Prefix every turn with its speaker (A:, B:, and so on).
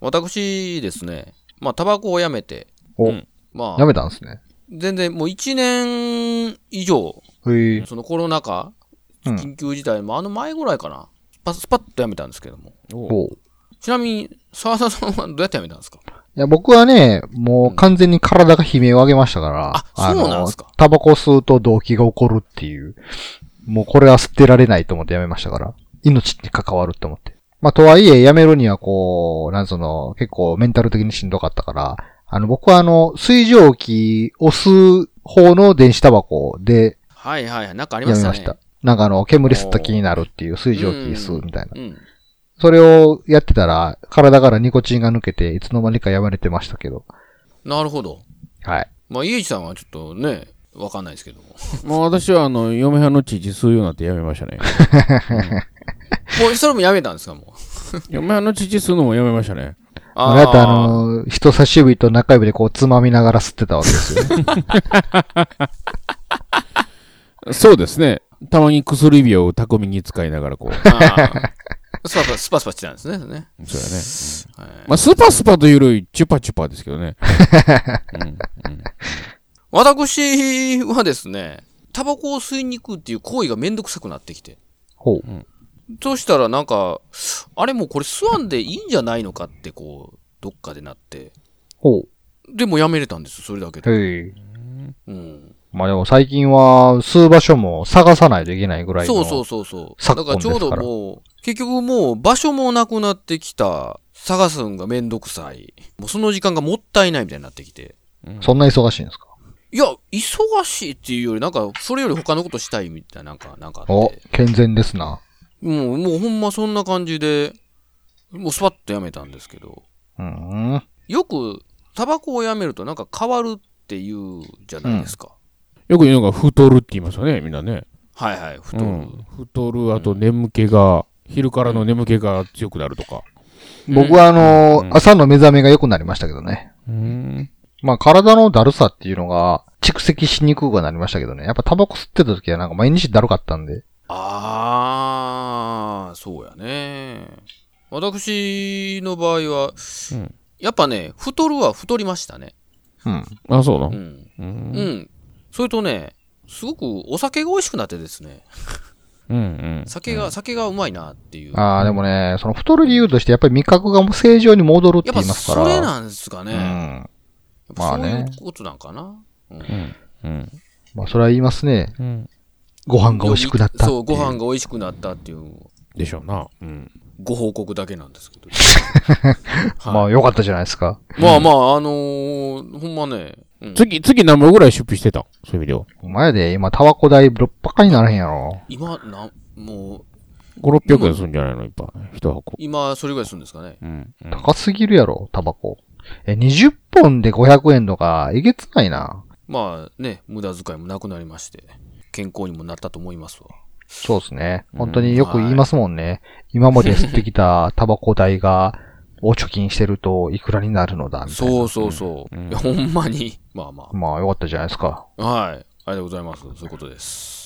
A: 私ですね、まあ、タバコをやめて、
B: お
A: うんま
B: や
A: あ、
B: めたんですね。
A: 全然もう1年以上、
B: へえ。
A: そのコロナ禍、
B: うん
A: 緊急事態もあの前ぐらいかな、スパスパッとやめたんですけども。
B: おう
A: ちなみに、沢田さんはどうやってやめたんですか
B: いや、僕はね、もう完全に体が悲鳴を上げましたから。
A: あそうなんすか
B: あのタバコ吸うと動機が起こるっていう。もうこれは捨てられないと思ってやめましたから。命に関わると思って。まあ、とはいえ、やめるにはこう、なんその、結構メンタル的にしんどかったから、あの、僕はあの、水蒸気を吸う方の電子タバコで
A: はいはいはい、なんかあり
B: や
A: ま
B: め
A: した
B: ま
A: ね。
B: した。なんかあの、煙吸った気になるっていう水蒸気吸うみたいな。
A: うん。
B: それをやってたら、体からニコチンが抜けて、いつの間にかやめれてましたけど。
A: なるほど。
B: はい。
A: まあ、家一さんはちょっとね、わかんないですけども。も
C: まあ私はあの、嫁はんの父吸うようになってやめました ね。
A: う、それもやめたんですか、もう。
C: 嫁はんの父吸うのもやめましたね。
B: あなた、あの、人差し指と中指でこう、つまみながら吸ってたわけです よね。
C: そうですね。たまに薬指を巧みに使いながら こう。
A: あースパスパ、スパスパしてたんですね。それね
C: そうやね。
A: はい
C: まあスパスパというより、チュパチュパですけどね。うん
A: 私はですね、タバコを吸いに行くっていう行為がめんどくさくなってきて。
B: ほう。
A: そうしたらなんか、あれもうこれ吸わんでいいんじゃないのかってこう、どっかでなって。
B: ほう。
A: でもやめれたんですよ、それだけで。
B: へい。
A: うん。
B: まあでも最近は、吸う場所も探さないといけないぐらいの。
A: そうそうそうそう。だ
B: 昨
A: から
B: 今
A: ちょうど
B: ですから
A: もう、結局もう場所もなくなってきた。探すんがめんどくさい。もうその時間がもったいないみたいになってきて。
B: そんな忙しいんですか
A: いや、忙しいっていうより、なんか、それより他のことしたいみたいな、なんか、なんかあっ
B: お
A: て。、
B: 健全ですな。
A: もう、もうほんまそんな感じで、もうスパッとやめたんですけど、
B: うーん。
A: よく、タバコをやめるとなんか変わるっていうじゃないですか。
C: よく言うのが太るって言いますよね、みんなね。
A: はいはい、太
C: う
A: る。
C: ん、太る、あと眠気が、昼からの眠気が強くなるとか。
B: 僕はあの
C: う、ん
B: 朝の目覚めが良くなりましたけどね。
C: うん。
B: まあ体のだるさっていうのが、蓄積しにくくなりましたけどね。やっぱタバコ吸ってた時はなんか毎日だるかったんで。
A: あー、そうやね。私の場合は、
C: うん
A: やっぱね、太るは太りましたね。
B: うん。
C: あ、そうな
A: う
C: の
A: ん。
C: う。
A: うんん。それとね、すごくお酒が美味しくなってですね、
C: うん。うん。
A: 酒が、酒がうまいなっていう。
B: ああ、でもね、その太る理由としてやっぱり味覚がもう正常に戻るって
A: やっ
B: 言
A: ぱ
B: いますか
A: そ
B: ら。
A: れなんですかね。
B: うん。
A: やっぱそう
B: まあ
A: い
B: ね
A: うことなんかな。うん
C: うん。うん。
B: まあそれは言いますね。
C: うん。
B: ご飯が美味しくなったってい
A: そう、ご飯が美味しくなったっていう、
C: でしょうな。うん。
A: ご報告だけなんですけど。
B: まあ良かったじゃないですか。
A: まあまあ、あのー、ほんまね、うん
C: 次、次何本ぐらい出費してたんそういう意味では。
B: お前で今タバコ代ぶっぱかにならへんやろ。
A: 今、なん、もう、
C: 5、600円するんじゃないのいっぱい。一箱。
A: 今、それぐらいするんですかね。
C: うん。うん
B: 高すぎるやろ、タバコ。え、20本で500円とか、えげつないな。
A: まあね、無駄遣いもなくなりまして、健康にもなったと思いますわ。
B: そうですね。
C: うん
B: 本当によく言いますもんね。今まで吸ってき たタバコ代が、を貯金してるといくらになるのだ、みたいな。
A: そうそうそう。
C: うん
A: いやほんまに、まあま
B: まあ、よかったじゃないですか。
A: あ。はい。ありがとうございます。そういうことです。